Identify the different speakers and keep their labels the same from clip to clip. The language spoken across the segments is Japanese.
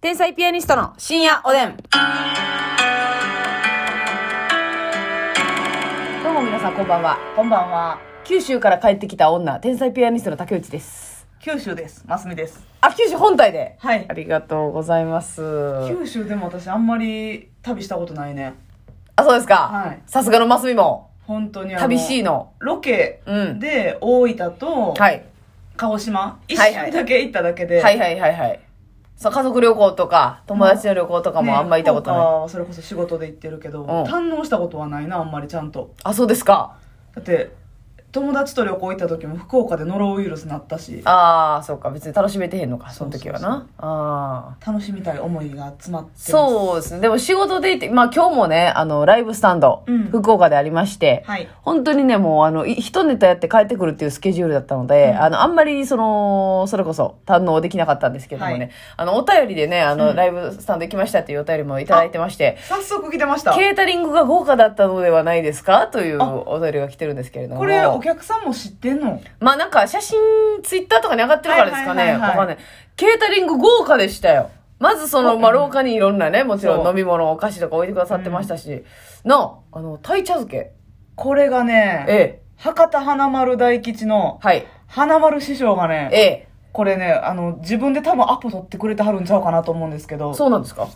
Speaker 1: 天才ピアニストの深夜おでん。どうも皆さんこんばんは。
Speaker 2: こんばんは。
Speaker 1: 九州から帰ってきた女、天才ピアニストの竹内です。
Speaker 2: 九州です。ますみです。
Speaker 1: あ、九州本体で。
Speaker 2: はい
Speaker 1: ありがとうございます。
Speaker 2: 九州でも私あんまり旅したことないね。
Speaker 1: あ、そうです
Speaker 2: は
Speaker 1: か
Speaker 2: い。
Speaker 1: さすがのますみも、
Speaker 2: 本当にあの。
Speaker 1: 旅しい
Speaker 2: の。
Speaker 1: の。
Speaker 2: ロケ
Speaker 1: うん
Speaker 2: で大分と
Speaker 1: はい。
Speaker 2: 鹿児島、一
Speaker 1: はいはい
Speaker 2: 週だけ行っただけで。
Speaker 1: はいはいはいはい。そう、家族旅行とか、友達の旅行とかもあんま行ったこと
Speaker 2: ね福
Speaker 1: ない。
Speaker 2: 岡はそれこそ仕事で行ってるけど、
Speaker 1: ん
Speaker 2: 堪能したことはないな、あんまりちゃんと。
Speaker 1: あ、そうですか。
Speaker 2: だって、友達と旅行行った時も福岡でノロウイルスなったし、
Speaker 1: ああ、そうか。別に楽しめてへんのか、その時は
Speaker 2: そうそ
Speaker 1: な。ああ。
Speaker 2: 楽しみたい思いが詰まってます。
Speaker 1: そうですね。でも仕事で行って、まあ今日もね、あの、ライブスタンド、
Speaker 2: うん
Speaker 1: 福岡でありまして、
Speaker 2: はい
Speaker 1: 本当にね、もうあの、い一ネタやって帰ってくるっていうスケジュールだったので、あの、あんまりその、それこそ堪能できなかったんですけどもね、
Speaker 2: はい
Speaker 1: あの、お便りでね、あの、
Speaker 2: うん
Speaker 1: ライブスタンド行きましたっていうお便りもいただいてまして、
Speaker 2: 早速来てました。
Speaker 1: ケータリングが豪華だったのではないですかという
Speaker 2: あ
Speaker 1: お便りが来てるんですけれども。
Speaker 2: これお客さんも知ってんの
Speaker 1: まあなんか写真、ツイッターとかに上がってるからですか
Speaker 2: はい
Speaker 1: ね。
Speaker 2: はいはい
Speaker 1: わ
Speaker 2: はい
Speaker 1: かんない。ケータリング豪華でしたよ。まずその、
Speaker 2: うん
Speaker 1: まあ廊下にいろんなね、もちろん
Speaker 2: そう
Speaker 1: 飲み物、お菓子とか置いてくださってましたし、なあ、あの、鯛茶漬け。
Speaker 2: これがね、
Speaker 1: ええ。
Speaker 2: 博多華丸大吉の
Speaker 1: はい。
Speaker 2: 花丸師匠がね、
Speaker 1: ええ。
Speaker 2: これね、あの、自分で多分アポ取ってくれてはるんちゃうかなと思うんですけど、
Speaker 1: そうなんですか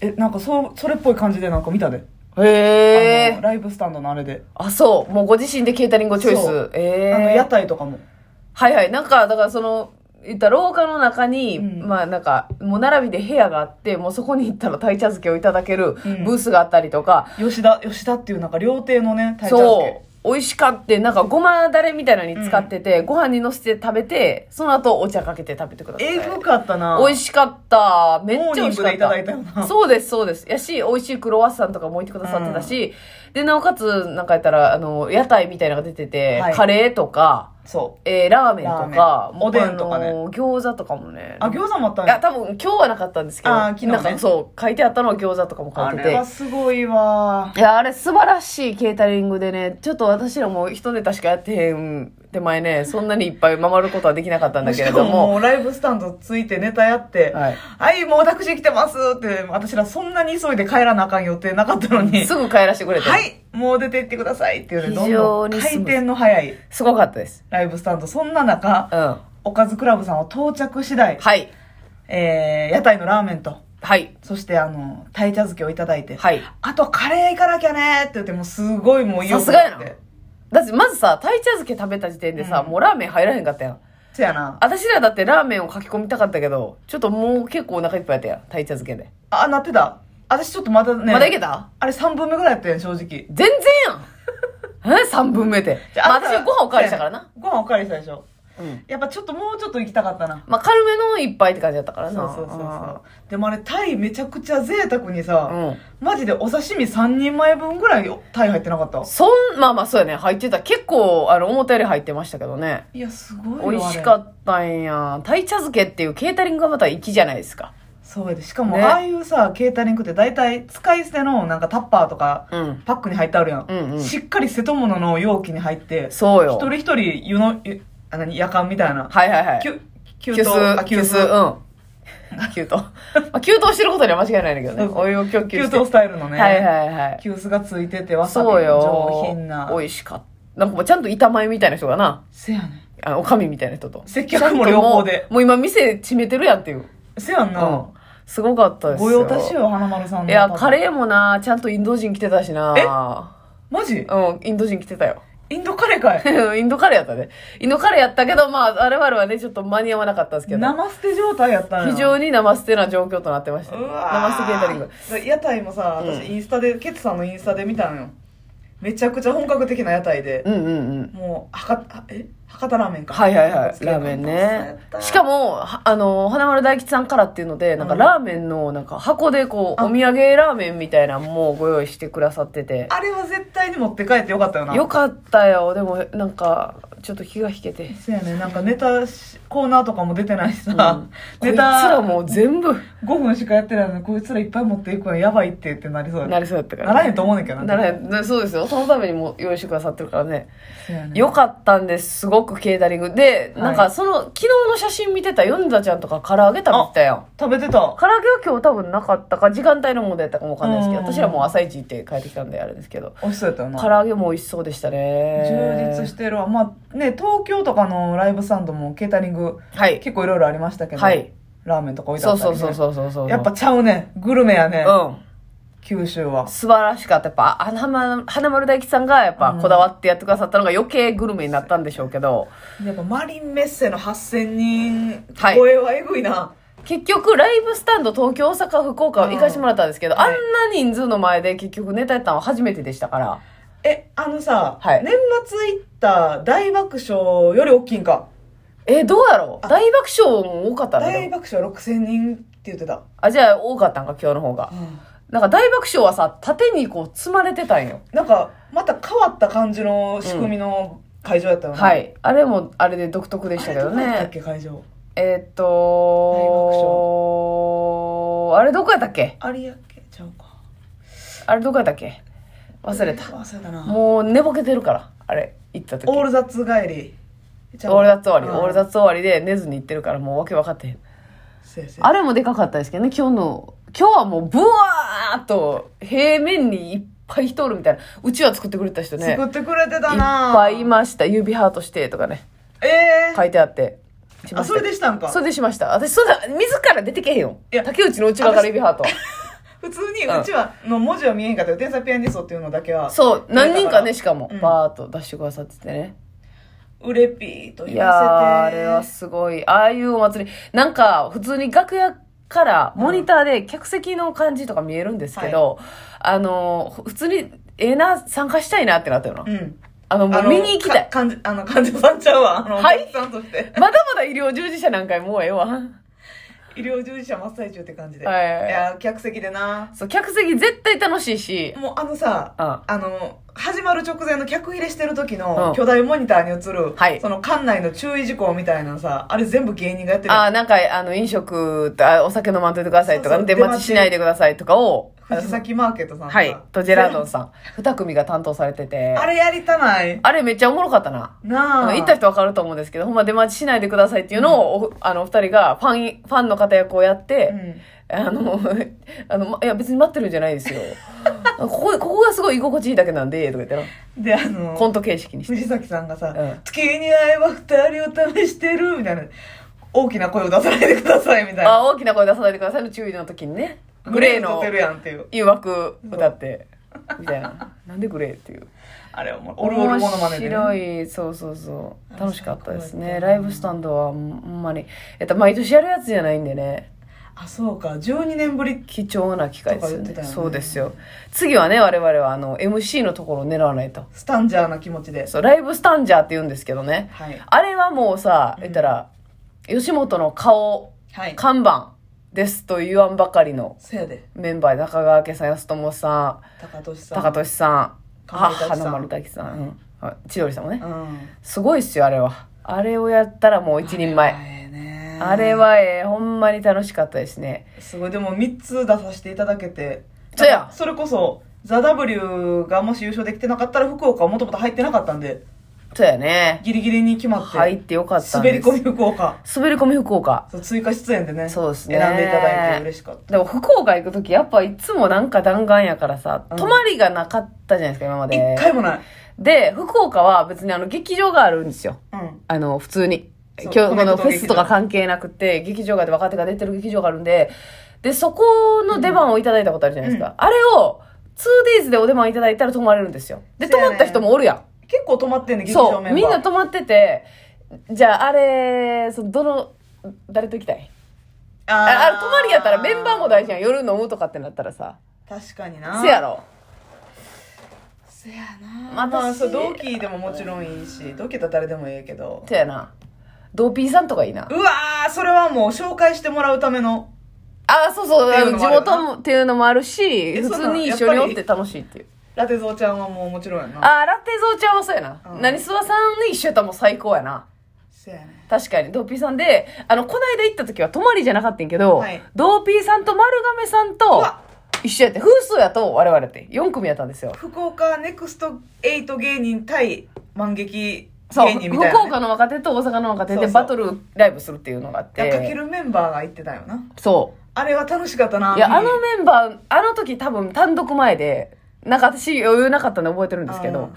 Speaker 2: え、なんかそう、それっぽい感じでなんか見たで。
Speaker 1: へ
Speaker 2: あの
Speaker 1: え。
Speaker 2: ライブスタンドのあれで。
Speaker 1: あ、そう。もうご自身でケータリングをチョイ
Speaker 2: そ
Speaker 1: ス
Speaker 2: う。
Speaker 1: ええ。
Speaker 2: あの、屋台とかも。
Speaker 1: はいはい。なんか、だからその、言ったら廊下の中に、
Speaker 2: うん
Speaker 1: まあなんか、もう並びで部屋があって、もうそこに行ったら鯛茶漬けをいただける
Speaker 2: うん
Speaker 1: ブースがあったりとか、
Speaker 2: 吉田、吉田っていうなんか料亭のね、鯛茶漬け。
Speaker 1: そう。美味しかって、なんかごまだれみたいなのに使ってて、ご飯にのせて食べて、その後お茶かけて食べてください。
Speaker 2: えぐかったな。
Speaker 1: 美味しかった。めっちゃ美味しか
Speaker 2: モーニングで
Speaker 1: っ
Speaker 2: いただ
Speaker 1: た。
Speaker 2: いたよな
Speaker 1: そうです、そうです。やし、美味しいクロワッサンとかも置いてくださってたし、で、なおかつ、なんかやったら、あの、屋台みたいなのが出てて、
Speaker 2: はい
Speaker 1: カレーとか、
Speaker 2: そ
Speaker 1: えーラーメンと
Speaker 2: ラ
Speaker 1: か
Speaker 2: ーメ、ンおでんとかね
Speaker 1: もうあの餃子とかもね。
Speaker 2: う。あ、餃子もあった
Speaker 1: い
Speaker 2: ん
Speaker 1: や、
Speaker 2: や。
Speaker 1: 多分今日はなかったんですけど、
Speaker 2: あー昨日ね
Speaker 1: なんかそう、書いてあったのは餃子とかも書
Speaker 2: あ
Speaker 1: いて
Speaker 2: れ
Speaker 1: て
Speaker 2: は。すごいわ
Speaker 1: い。や、あれ素晴らしいケータリングでね、ちょっと私らも一ネタしかやってへん手前ね、そんなにいっぱい回ることはできなかったんだけれど
Speaker 2: しかも
Speaker 1: も、
Speaker 2: うライブスタンドついてネタやって、
Speaker 1: はい
Speaker 2: もう私来てますって、私らそんなに急いで帰らなあかん予定なかったのに、
Speaker 1: すぐ帰らせてくれて、
Speaker 2: はい、もう出て行ってくださいっていうね、どんどん
Speaker 1: 非常に
Speaker 2: 回
Speaker 1: スムーズ
Speaker 2: 転の早い
Speaker 1: すごかったです。
Speaker 2: ライブスタンド。そんな
Speaker 1: う
Speaker 2: 中、
Speaker 1: ん。は
Speaker 2: おかずクラブさんは到着次第、
Speaker 1: い。
Speaker 2: えー、屋台のラーメンと、
Speaker 1: はい。
Speaker 2: そしてあの、鯛茶漬けをいただいて、
Speaker 1: はい。
Speaker 2: あとカレー行かなきゃねーって言って、もうすごいもう意欲
Speaker 1: さすがやな
Speaker 2: あって
Speaker 1: だってまずさ、鯛茶漬け食べた時点でさ、
Speaker 2: うん
Speaker 1: もうラーメン入らへんかったやん。
Speaker 2: せやな。
Speaker 1: 私らだってラーメンを書き込みたかったけど、ちょっともう結構お腹いっぱいやったやん。鯛茶漬けで。
Speaker 2: あ、なってた。私ちょっとまだね、
Speaker 1: まだいけた
Speaker 2: あれ3分目ぐらいやったやん、正直。
Speaker 1: 全然やん え ?3 分目で。まあ、
Speaker 2: んた
Speaker 1: 私ご飯おかわりしたからな。。
Speaker 2: ご飯おかわりしたでしょ。
Speaker 1: うん。
Speaker 2: やっぱちょっともうちょっと行きたかったな。
Speaker 1: まあ、軽めの一杯って感じだったから
Speaker 2: そう
Speaker 1: な。
Speaker 2: そうそうそう。でもあれ、タイめちゃくちゃ贅沢にさ、
Speaker 1: うん
Speaker 2: マジでお刺身3人前分ぐらいタイ入ってなかった
Speaker 1: そん、まあまあそうやね。入ってた。結構、あの、思ったより入ってましたけどね。
Speaker 2: いや、すごいよ
Speaker 1: 美味しか
Speaker 2: あれ
Speaker 1: ったんや。鯛茶漬けっていうケータリングがまた粋じゃないですか。
Speaker 2: そうやで。しかも、
Speaker 1: ね
Speaker 2: ああいうさ、ケータリングって大体使い捨てのなんかタッパーとか、
Speaker 1: うん。
Speaker 2: パックに入ってあるやん。
Speaker 1: うんうん
Speaker 2: しっかり瀬戸物の容器に入って、
Speaker 1: そうよ。
Speaker 2: 一人一人湯の、湯あ、何、夜間みたいな。
Speaker 1: はいはいはい。
Speaker 2: き
Speaker 1: 急
Speaker 2: ゅ給湯あ
Speaker 1: 急
Speaker 2: 給湯
Speaker 1: 須。うん。急湯。まあ、急湯してることには間違いないんだけど
Speaker 2: そ
Speaker 1: ね。
Speaker 2: うそう
Speaker 1: お湯を供
Speaker 2: 給
Speaker 1: 給
Speaker 2: 湯
Speaker 1: して。
Speaker 2: スタイルのね、
Speaker 1: はいはいはい。
Speaker 2: 急須がついてて、わさびの
Speaker 1: そうよ。
Speaker 2: 上品な。
Speaker 1: 美味しかった。なんかもうちゃんと板前みたいな人がな。
Speaker 2: せやね
Speaker 1: あの、おかみみたいな人と。
Speaker 2: 接客も両方で
Speaker 1: ちゃんともうもう今店閉めてるやんっていう。
Speaker 2: ん。せやん
Speaker 1: う
Speaker 2: な。
Speaker 1: ん。すごかったですよ。
Speaker 2: ご用達よ、花丸さんの。
Speaker 1: いや、カ
Speaker 2: ー。
Speaker 1: レーもな、ちゃんとインド人来てたしな。
Speaker 2: マジ
Speaker 1: うん、インド人来てたよ。
Speaker 2: インドカレーかい。
Speaker 1: インドカレーやったね。インドカレーやったけど、まあ、我々はね、ちょっと間に合わなかったんですけど、
Speaker 2: 生捨て状態やったんや
Speaker 1: 非常に生捨てな状況となってました。
Speaker 2: う
Speaker 1: 生
Speaker 2: わ
Speaker 1: 捨てケータリング。
Speaker 2: グ屋台もさ私インスタで、ケツさんのインスタで見たのよめちゃくちゃ本格的な屋台で、
Speaker 1: うんうんうん。
Speaker 2: もう博多え博多ラーメンか
Speaker 1: はいはいはい。ラーメンね。しか
Speaker 2: も
Speaker 1: も、はあの、花丸大吉さんからっていうので、なんか
Speaker 2: うん
Speaker 1: ラーメンの、なんか箱でこう、
Speaker 2: あ
Speaker 1: お土産ラーメンみたいなのもご用意してくださってて。
Speaker 2: あれは絶対に持って帰ってよかったよな
Speaker 1: よかったよ。でも、なんか、ちょっと気が引けて。
Speaker 2: そうやねなんかネタしコーナーとかも出てないしさ、
Speaker 1: こい
Speaker 2: ネ
Speaker 1: つら
Speaker 2: タ
Speaker 1: もう全部
Speaker 2: 5分しかやってないのにこいつらいっぱい持っていくのやばいってってなりそうやね
Speaker 1: なりそうだったから、
Speaker 2: ならへんと思うねんけど
Speaker 1: ならへんなそうですよそのためにも用意してくださってるからね
Speaker 2: そうやね
Speaker 1: 良かったんですすごくケータリングでなん
Speaker 2: は
Speaker 1: か
Speaker 2: い
Speaker 1: その、昨日の写真見てた米田ちゃんとか唐揚げ食べてたやん
Speaker 2: 食べてた
Speaker 1: 唐揚げは今日多分なかったか時間帯のものやったかもわかんないですけど
Speaker 2: うん
Speaker 1: 私らもう朝一行って帰ってきたんであれですけど
Speaker 2: 美味しそうやったよな
Speaker 1: 唐揚げも美味しそうでしたね
Speaker 2: 充実してるわまあね東京とかのライブサンドもケータリング
Speaker 1: はい
Speaker 2: 結構いろいろありましたけど、
Speaker 1: はい
Speaker 2: ラーメンとか置いてあ
Speaker 1: そう
Speaker 2: ったり、
Speaker 1: そ
Speaker 2: ね、
Speaker 1: うそうそうそうそう
Speaker 2: やっぱちゃうねグルメやね、
Speaker 1: うん
Speaker 2: 九州は
Speaker 1: 素晴らしかった。やっぱ、花丸花丸大吉さんが、やっぱ、こだわってやってくださったのが余計グルメになったんでしょうけど、
Speaker 2: やっぱマリンメッセの8000人
Speaker 1: はい
Speaker 2: 超えはえぐいな、
Speaker 1: 結局、ライブスタンド、東京、大阪、福岡
Speaker 2: うん
Speaker 1: 行かしてもらったんですけど、
Speaker 2: はい
Speaker 1: あんな人数の前で結局ネタやったのは初めてでしたから、
Speaker 2: えあのさ、
Speaker 1: はい
Speaker 2: 年末行った大爆笑より大きいんか
Speaker 1: え、どうやろう大爆笑も多かったんだ
Speaker 2: 大爆笑6000人って言ってた、
Speaker 1: あ、じゃあ多かったんか、今日の方が。なんか大爆笑はさ、縦にこう、積まれてたんよ。
Speaker 2: なんかまた変わった感じの仕組みの会場やったよね、
Speaker 1: はい。あれも、あれで独特でしたけど
Speaker 2: あれどこやったっ
Speaker 1: ね。
Speaker 2: け会場
Speaker 1: えーっと、あれどこやったっけ
Speaker 2: 有明ちゃうか
Speaker 1: あれどこやったっけ忘れた。
Speaker 2: 忘れたな
Speaker 1: もう寝ぼけてるから、あれ、行った時。
Speaker 2: オー
Speaker 1: オール
Speaker 2: ルザッツ帰り
Speaker 1: ザッツ終わり、
Speaker 2: うん
Speaker 1: オールザッツ終わりで寝ずに行ってるから、もうわけ分かってへん。
Speaker 2: せやせや
Speaker 1: あれもでかかったですけどね、今日の、今日はもうブワーっと平面にいっぱい人おるみたいな。うちは作ってくれた人ね。
Speaker 2: 作ってくれてた
Speaker 1: いっ
Speaker 2: な
Speaker 1: ぱいいました。指ハートしてとかね、
Speaker 2: ええ
Speaker 1: 書いてあって。しま
Speaker 2: あ
Speaker 1: した
Speaker 2: それでしたんか
Speaker 1: それでしました。私、そんな、自ら出てけへんよ。
Speaker 2: いや
Speaker 1: 竹内の内側から指ハートは。
Speaker 2: 普通に
Speaker 1: うん
Speaker 2: うちはの文字は見えんかったよ天才ピアニストっていうのだけは
Speaker 1: そう、何人かね、しかも
Speaker 2: う、ん
Speaker 1: バーっと出してくださっててね。
Speaker 2: うれぴーと
Speaker 1: い
Speaker 2: 言
Speaker 1: やー、
Speaker 2: わ
Speaker 1: あ
Speaker 2: せて
Speaker 1: れはすごい。ああいうお祭り、なんか、普通に楽屋から、モニターで客席の感じとか見えるんですけど、あのー、普通に、ええな、参加したいなってなったよな。
Speaker 2: うん
Speaker 1: あの、もう見に行きたい。
Speaker 2: か患者あの患者さんちゃうわあの
Speaker 1: はい
Speaker 2: お客さんとして
Speaker 1: まだまだ医療従事者なんかもうええわ。
Speaker 2: 医療従事者真っ最中って感じで、
Speaker 1: はいはいはい
Speaker 2: や客席でな
Speaker 1: そう、客席絶対楽しいし、
Speaker 2: もうあのさ
Speaker 1: うん。
Speaker 2: あの始まる直前の客入れしてる時
Speaker 1: うん
Speaker 2: の巨大モニターに映る、
Speaker 1: はい
Speaker 2: その館内の注意事項みたいなのさあれ全部芸人がやってる
Speaker 1: あーなんか、あの、飲食、あお酒飲まんといてくださいとか、
Speaker 2: そうそう
Speaker 1: 出待ちしないでくださいとかを、
Speaker 2: 藤崎マーケットさんとか
Speaker 1: はい、とジェラードンさん、二組が担当されてて、
Speaker 2: あれやりたない
Speaker 1: あれめっちゃおもろかったな。あ
Speaker 2: なあ
Speaker 1: の行った人わかると思うんですけど、ほんま出待ちしないでくださいっていうのを、おあの、お二人がファン、ファンの方役をやって、あの、 あの、まいや別に待ってるんじゃない ですよ。ここ、ここがすごい居心地いいだけなんで、とか言ってな。
Speaker 2: うん、であ
Speaker 1: コ
Speaker 2: の
Speaker 1: ント形式にして。
Speaker 2: 藤崎さんがさ「
Speaker 1: うん
Speaker 2: 月に会えば二人を試してる」みたいな大きな声を出さないでくださいみたいな
Speaker 1: あ、大きな声出さないでくださいの注意の時にね、グレー
Speaker 2: 撮っ
Speaker 1: の
Speaker 2: てるやんっていう
Speaker 1: 誘惑歌って、みたい な。なんでグレーっていう。
Speaker 2: あれおもオルオルモノマネで、ね、
Speaker 1: 面白いそうそうそう楽しかったですね
Speaker 2: あそう
Speaker 1: ライブスタンドはほんまに、えっと、毎年やるやつじゃないんでね
Speaker 2: あそうか12年ぶり
Speaker 1: 貴重な機会ですよ
Speaker 2: とか
Speaker 1: ね
Speaker 2: 言ってたよね
Speaker 1: そうですよ次はね我々はあの MC のところを狙わないと
Speaker 2: スタンジャーな気持ちで
Speaker 1: そうライブスタンジャーって言うんですけどね
Speaker 2: はい
Speaker 1: あれはもうさ言ったら、吉本の顔
Speaker 2: はい
Speaker 1: 看板ですと言わんばかりの
Speaker 2: せやで
Speaker 1: メンバーで中川家さん安友さ
Speaker 2: 高俊
Speaker 1: ん
Speaker 2: さん
Speaker 1: 高俊さん
Speaker 2: かまいたちさん
Speaker 1: 花丸大吉さん、うんあ千鳥さんもね、
Speaker 2: うん
Speaker 1: すごいっすよあれはあれをやったらもう一人前
Speaker 2: ええね
Speaker 1: あれはええほんまに楽しかったですね
Speaker 2: すごいでも3つ出させていただけて
Speaker 1: そうや
Speaker 2: それこそ「ザ・ w がもし優勝できてなかったら福岡はもともと入ってなかったんで
Speaker 1: そうやね
Speaker 2: ギリギリに決まって、
Speaker 1: 入ってよかったん
Speaker 2: 滑り
Speaker 1: です
Speaker 2: 込み福岡
Speaker 1: 滑り込み福岡
Speaker 2: そう追加出演でね
Speaker 1: そうですね
Speaker 2: 選んでいただいて嬉しかった
Speaker 1: でも福岡行く時やっぱいつもなんか弾丸やからさ、
Speaker 2: うん
Speaker 1: 泊まりがなかったじゃないですか今ま
Speaker 2: 一、
Speaker 1: で
Speaker 2: 回もない、
Speaker 1: で福岡は別にあの劇場があるんですよ
Speaker 2: うん、
Speaker 1: あの普通に
Speaker 2: そう
Speaker 1: 今日こ
Speaker 2: コネ
Speaker 1: の
Speaker 2: クト
Speaker 1: フ
Speaker 2: の
Speaker 1: ェスとか関係なくて劇場がで若手が出てる劇場があるんででそこの出番をいただいたことあるじゃないですか、
Speaker 2: うん
Speaker 1: あれを 2days でお出番いただいたら泊まれるんですよで
Speaker 2: そ
Speaker 1: 泊
Speaker 2: うやね
Speaker 1: まった人もおるやん
Speaker 2: 結構止まってんね劇場
Speaker 1: そう、
Speaker 2: メンバー
Speaker 1: みんな泊まってて、じゃああれ、そのどの、誰と行きたいああれ泊まりやったらメンバーも大事やん。夜飲むとかってなったらさ。
Speaker 2: 確かにな
Speaker 1: せやろ。
Speaker 2: せやな
Speaker 1: まあ
Speaker 2: まあ
Speaker 1: 私
Speaker 2: そう同期でももちろんいいし同期だったら誰でもいいけど
Speaker 1: せやな。ドーピーさんとかいいな
Speaker 2: う。わーそれはもう紹介してもらうための
Speaker 1: あ、そうそう、
Speaker 2: って
Speaker 1: あ
Speaker 2: い
Speaker 1: の
Speaker 2: うの
Speaker 1: 地
Speaker 2: もあるな
Speaker 1: 元もっていうのもあるし、
Speaker 2: え
Speaker 1: 普
Speaker 2: そうな
Speaker 1: 通
Speaker 2: の
Speaker 1: に一緒にお
Speaker 2: やっぱ
Speaker 1: っ
Speaker 2: り
Speaker 1: て楽しいっていう。
Speaker 2: ラテゾウちゃんはもうもちろんやな。
Speaker 1: ああ、ラテゾウちゃんはそうやな。
Speaker 2: うん
Speaker 1: 何スワさんに一緒やったらもう最高やな。
Speaker 2: せやね。
Speaker 1: 確かに、ドーピーさんで、あの、この間行った時は泊まりじゃなかったんやけど、
Speaker 2: はい
Speaker 1: ドーピーさんと丸亀さん
Speaker 2: う
Speaker 1: と
Speaker 2: わ
Speaker 1: 一緒やって、風数やと我々って4組やったんですよ。
Speaker 2: 福岡ネクスト8芸人対万劇
Speaker 1: そう、
Speaker 2: 芸人み
Speaker 1: 福
Speaker 2: たいなね、
Speaker 1: 岡の若手と大阪の若手
Speaker 2: そう
Speaker 1: で
Speaker 2: そう
Speaker 1: バトルライブするっていうのがあって。
Speaker 2: かけるメンバーが言ってたよな。
Speaker 1: そ
Speaker 2: あれは楽しかったな。
Speaker 1: う。いや、あの
Speaker 2: うん
Speaker 1: メンバー、あの時多分単独前で、なんか私余裕なかったんで覚えてるんですけ
Speaker 2: う
Speaker 1: ど
Speaker 2: ん、
Speaker 1: あの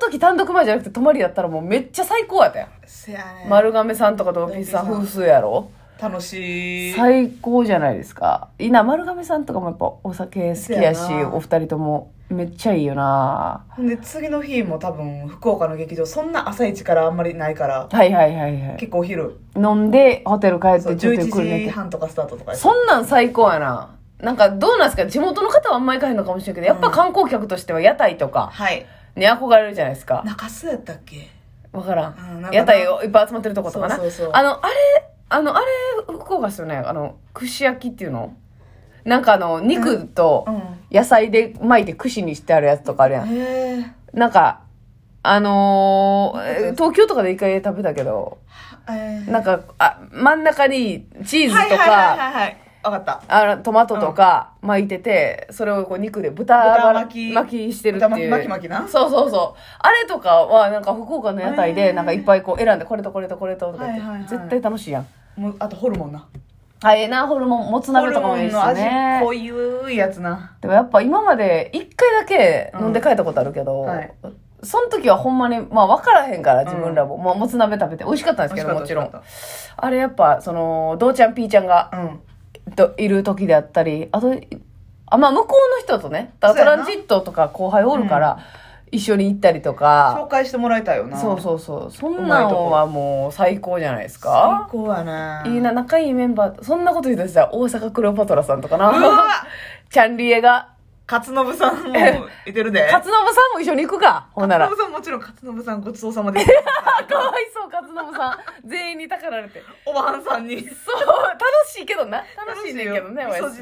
Speaker 1: 時単独前じゃなくて泊まりやったらもうめっちゃ最高やったよ。
Speaker 2: せやね。
Speaker 1: 丸亀さんとかドーピーさん、
Speaker 2: ドーピーさん
Speaker 1: 風数やろ
Speaker 2: 楽しい。
Speaker 1: 最高じゃないですかいいな丸亀さんとかもやっぱお酒好きやし
Speaker 2: そうやな
Speaker 1: お二人ともめっちゃいいよな
Speaker 2: ほんで、次の日も多分、福岡の劇場、そんな朝一からあんまりないから、
Speaker 1: はいはいはいはい
Speaker 2: 結構お昼、
Speaker 1: 飲んでホテル帰っ
Speaker 2: そう
Speaker 1: てちょっとゆっくり
Speaker 2: 11
Speaker 1: 寝
Speaker 2: 時
Speaker 1: て
Speaker 2: 半とかスタートとかやし
Speaker 1: そんなん最高やななんかどうなんですか地元の方はあんまり行かへんのかもしれんけどやっぱ観光客としては屋台とか
Speaker 2: はい。
Speaker 1: に憧れるじゃないですか
Speaker 2: 中洲やったっけ
Speaker 1: わから
Speaker 2: うんなん
Speaker 1: ん
Speaker 2: かな
Speaker 1: 屋台をいっぱい集まってるとことかな
Speaker 2: そうそうそう
Speaker 1: あのあれあのあれ福岡っすよねあの串焼きっていうのなんかあの肉と
Speaker 2: うん。
Speaker 1: 野菜で巻いて串にしてあるやつとかあるやん
Speaker 2: へえ。
Speaker 1: なんか、あのー
Speaker 2: え
Speaker 1: 東京とかで一回食べたけど、
Speaker 2: えー
Speaker 1: なんか、あ、真ん中にチーズ
Speaker 2: はい
Speaker 1: と
Speaker 2: はいはい
Speaker 1: か、
Speaker 2: はいはい。わかった。
Speaker 1: あのトマトとか巻いてて、それをこう肉で豚
Speaker 2: 豚
Speaker 1: 巻
Speaker 2: 巻
Speaker 1: き
Speaker 2: き
Speaker 1: 巻きしてるっていう。
Speaker 2: 豚巻き巻き巻きな
Speaker 1: そうそうそう。あれとかはなんか福岡の屋台
Speaker 2: へ
Speaker 1: で
Speaker 2: ー
Speaker 1: なんかいっぱいこう選んでこれとこれとこれととか言って、
Speaker 2: はいはいはい
Speaker 1: 絶対楽しいやん。
Speaker 2: もうあとホルモンな。
Speaker 1: あ、ええな、ホルモン、もつ
Speaker 2: ホ
Speaker 1: 鍋
Speaker 2: ル
Speaker 1: とか
Speaker 2: モ
Speaker 1: もいい
Speaker 2: ン
Speaker 1: です
Speaker 2: の味
Speaker 1: ね。
Speaker 2: 濃ゆいやつな。
Speaker 1: でもやっぱ今まで一回だけ飲んで帰ったことあるけど、
Speaker 2: うんはい
Speaker 1: その時はほんまに、まあ分からへんから自分らも、まあもつ鍋食べて美味しかったんですけどもちろん。あれやっぱ、その、どうちゃんピーちゃんが
Speaker 2: うん。
Speaker 1: どいる時であったり、あと、あ、まあ向こうの人とね、だからトランジットとか後輩おるから、一緒に行ったりと
Speaker 2: 紹
Speaker 1: か、
Speaker 2: 介してもらいたいよな。
Speaker 1: そう
Speaker 2: う。
Speaker 1: そうそう、そん
Speaker 2: うま
Speaker 1: ない
Speaker 2: とこ
Speaker 1: のはもう最高じゃないです
Speaker 2: 最
Speaker 1: か。
Speaker 2: 高やない
Speaker 1: いな、。仲いいメンバー、そんなこと言うとしたら大阪クレオパトラさんとか
Speaker 2: うわ
Speaker 1: な、チャンリエが、
Speaker 2: 勝信さんもいてるで。
Speaker 1: 勝信さんも一緒に行くか。ほんなら。
Speaker 2: 勝
Speaker 1: か
Speaker 2: 信さんもちろん勝信さんごちそう さまでした。
Speaker 1: わいそう、勝信さん。全員にたかられて。
Speaker 2: おばはんさんに。
Speaker 1: そう、楽しいけどな。楽しいねんけどね、
Speaker 2: 楽しいよ
Speaker 1: おやつ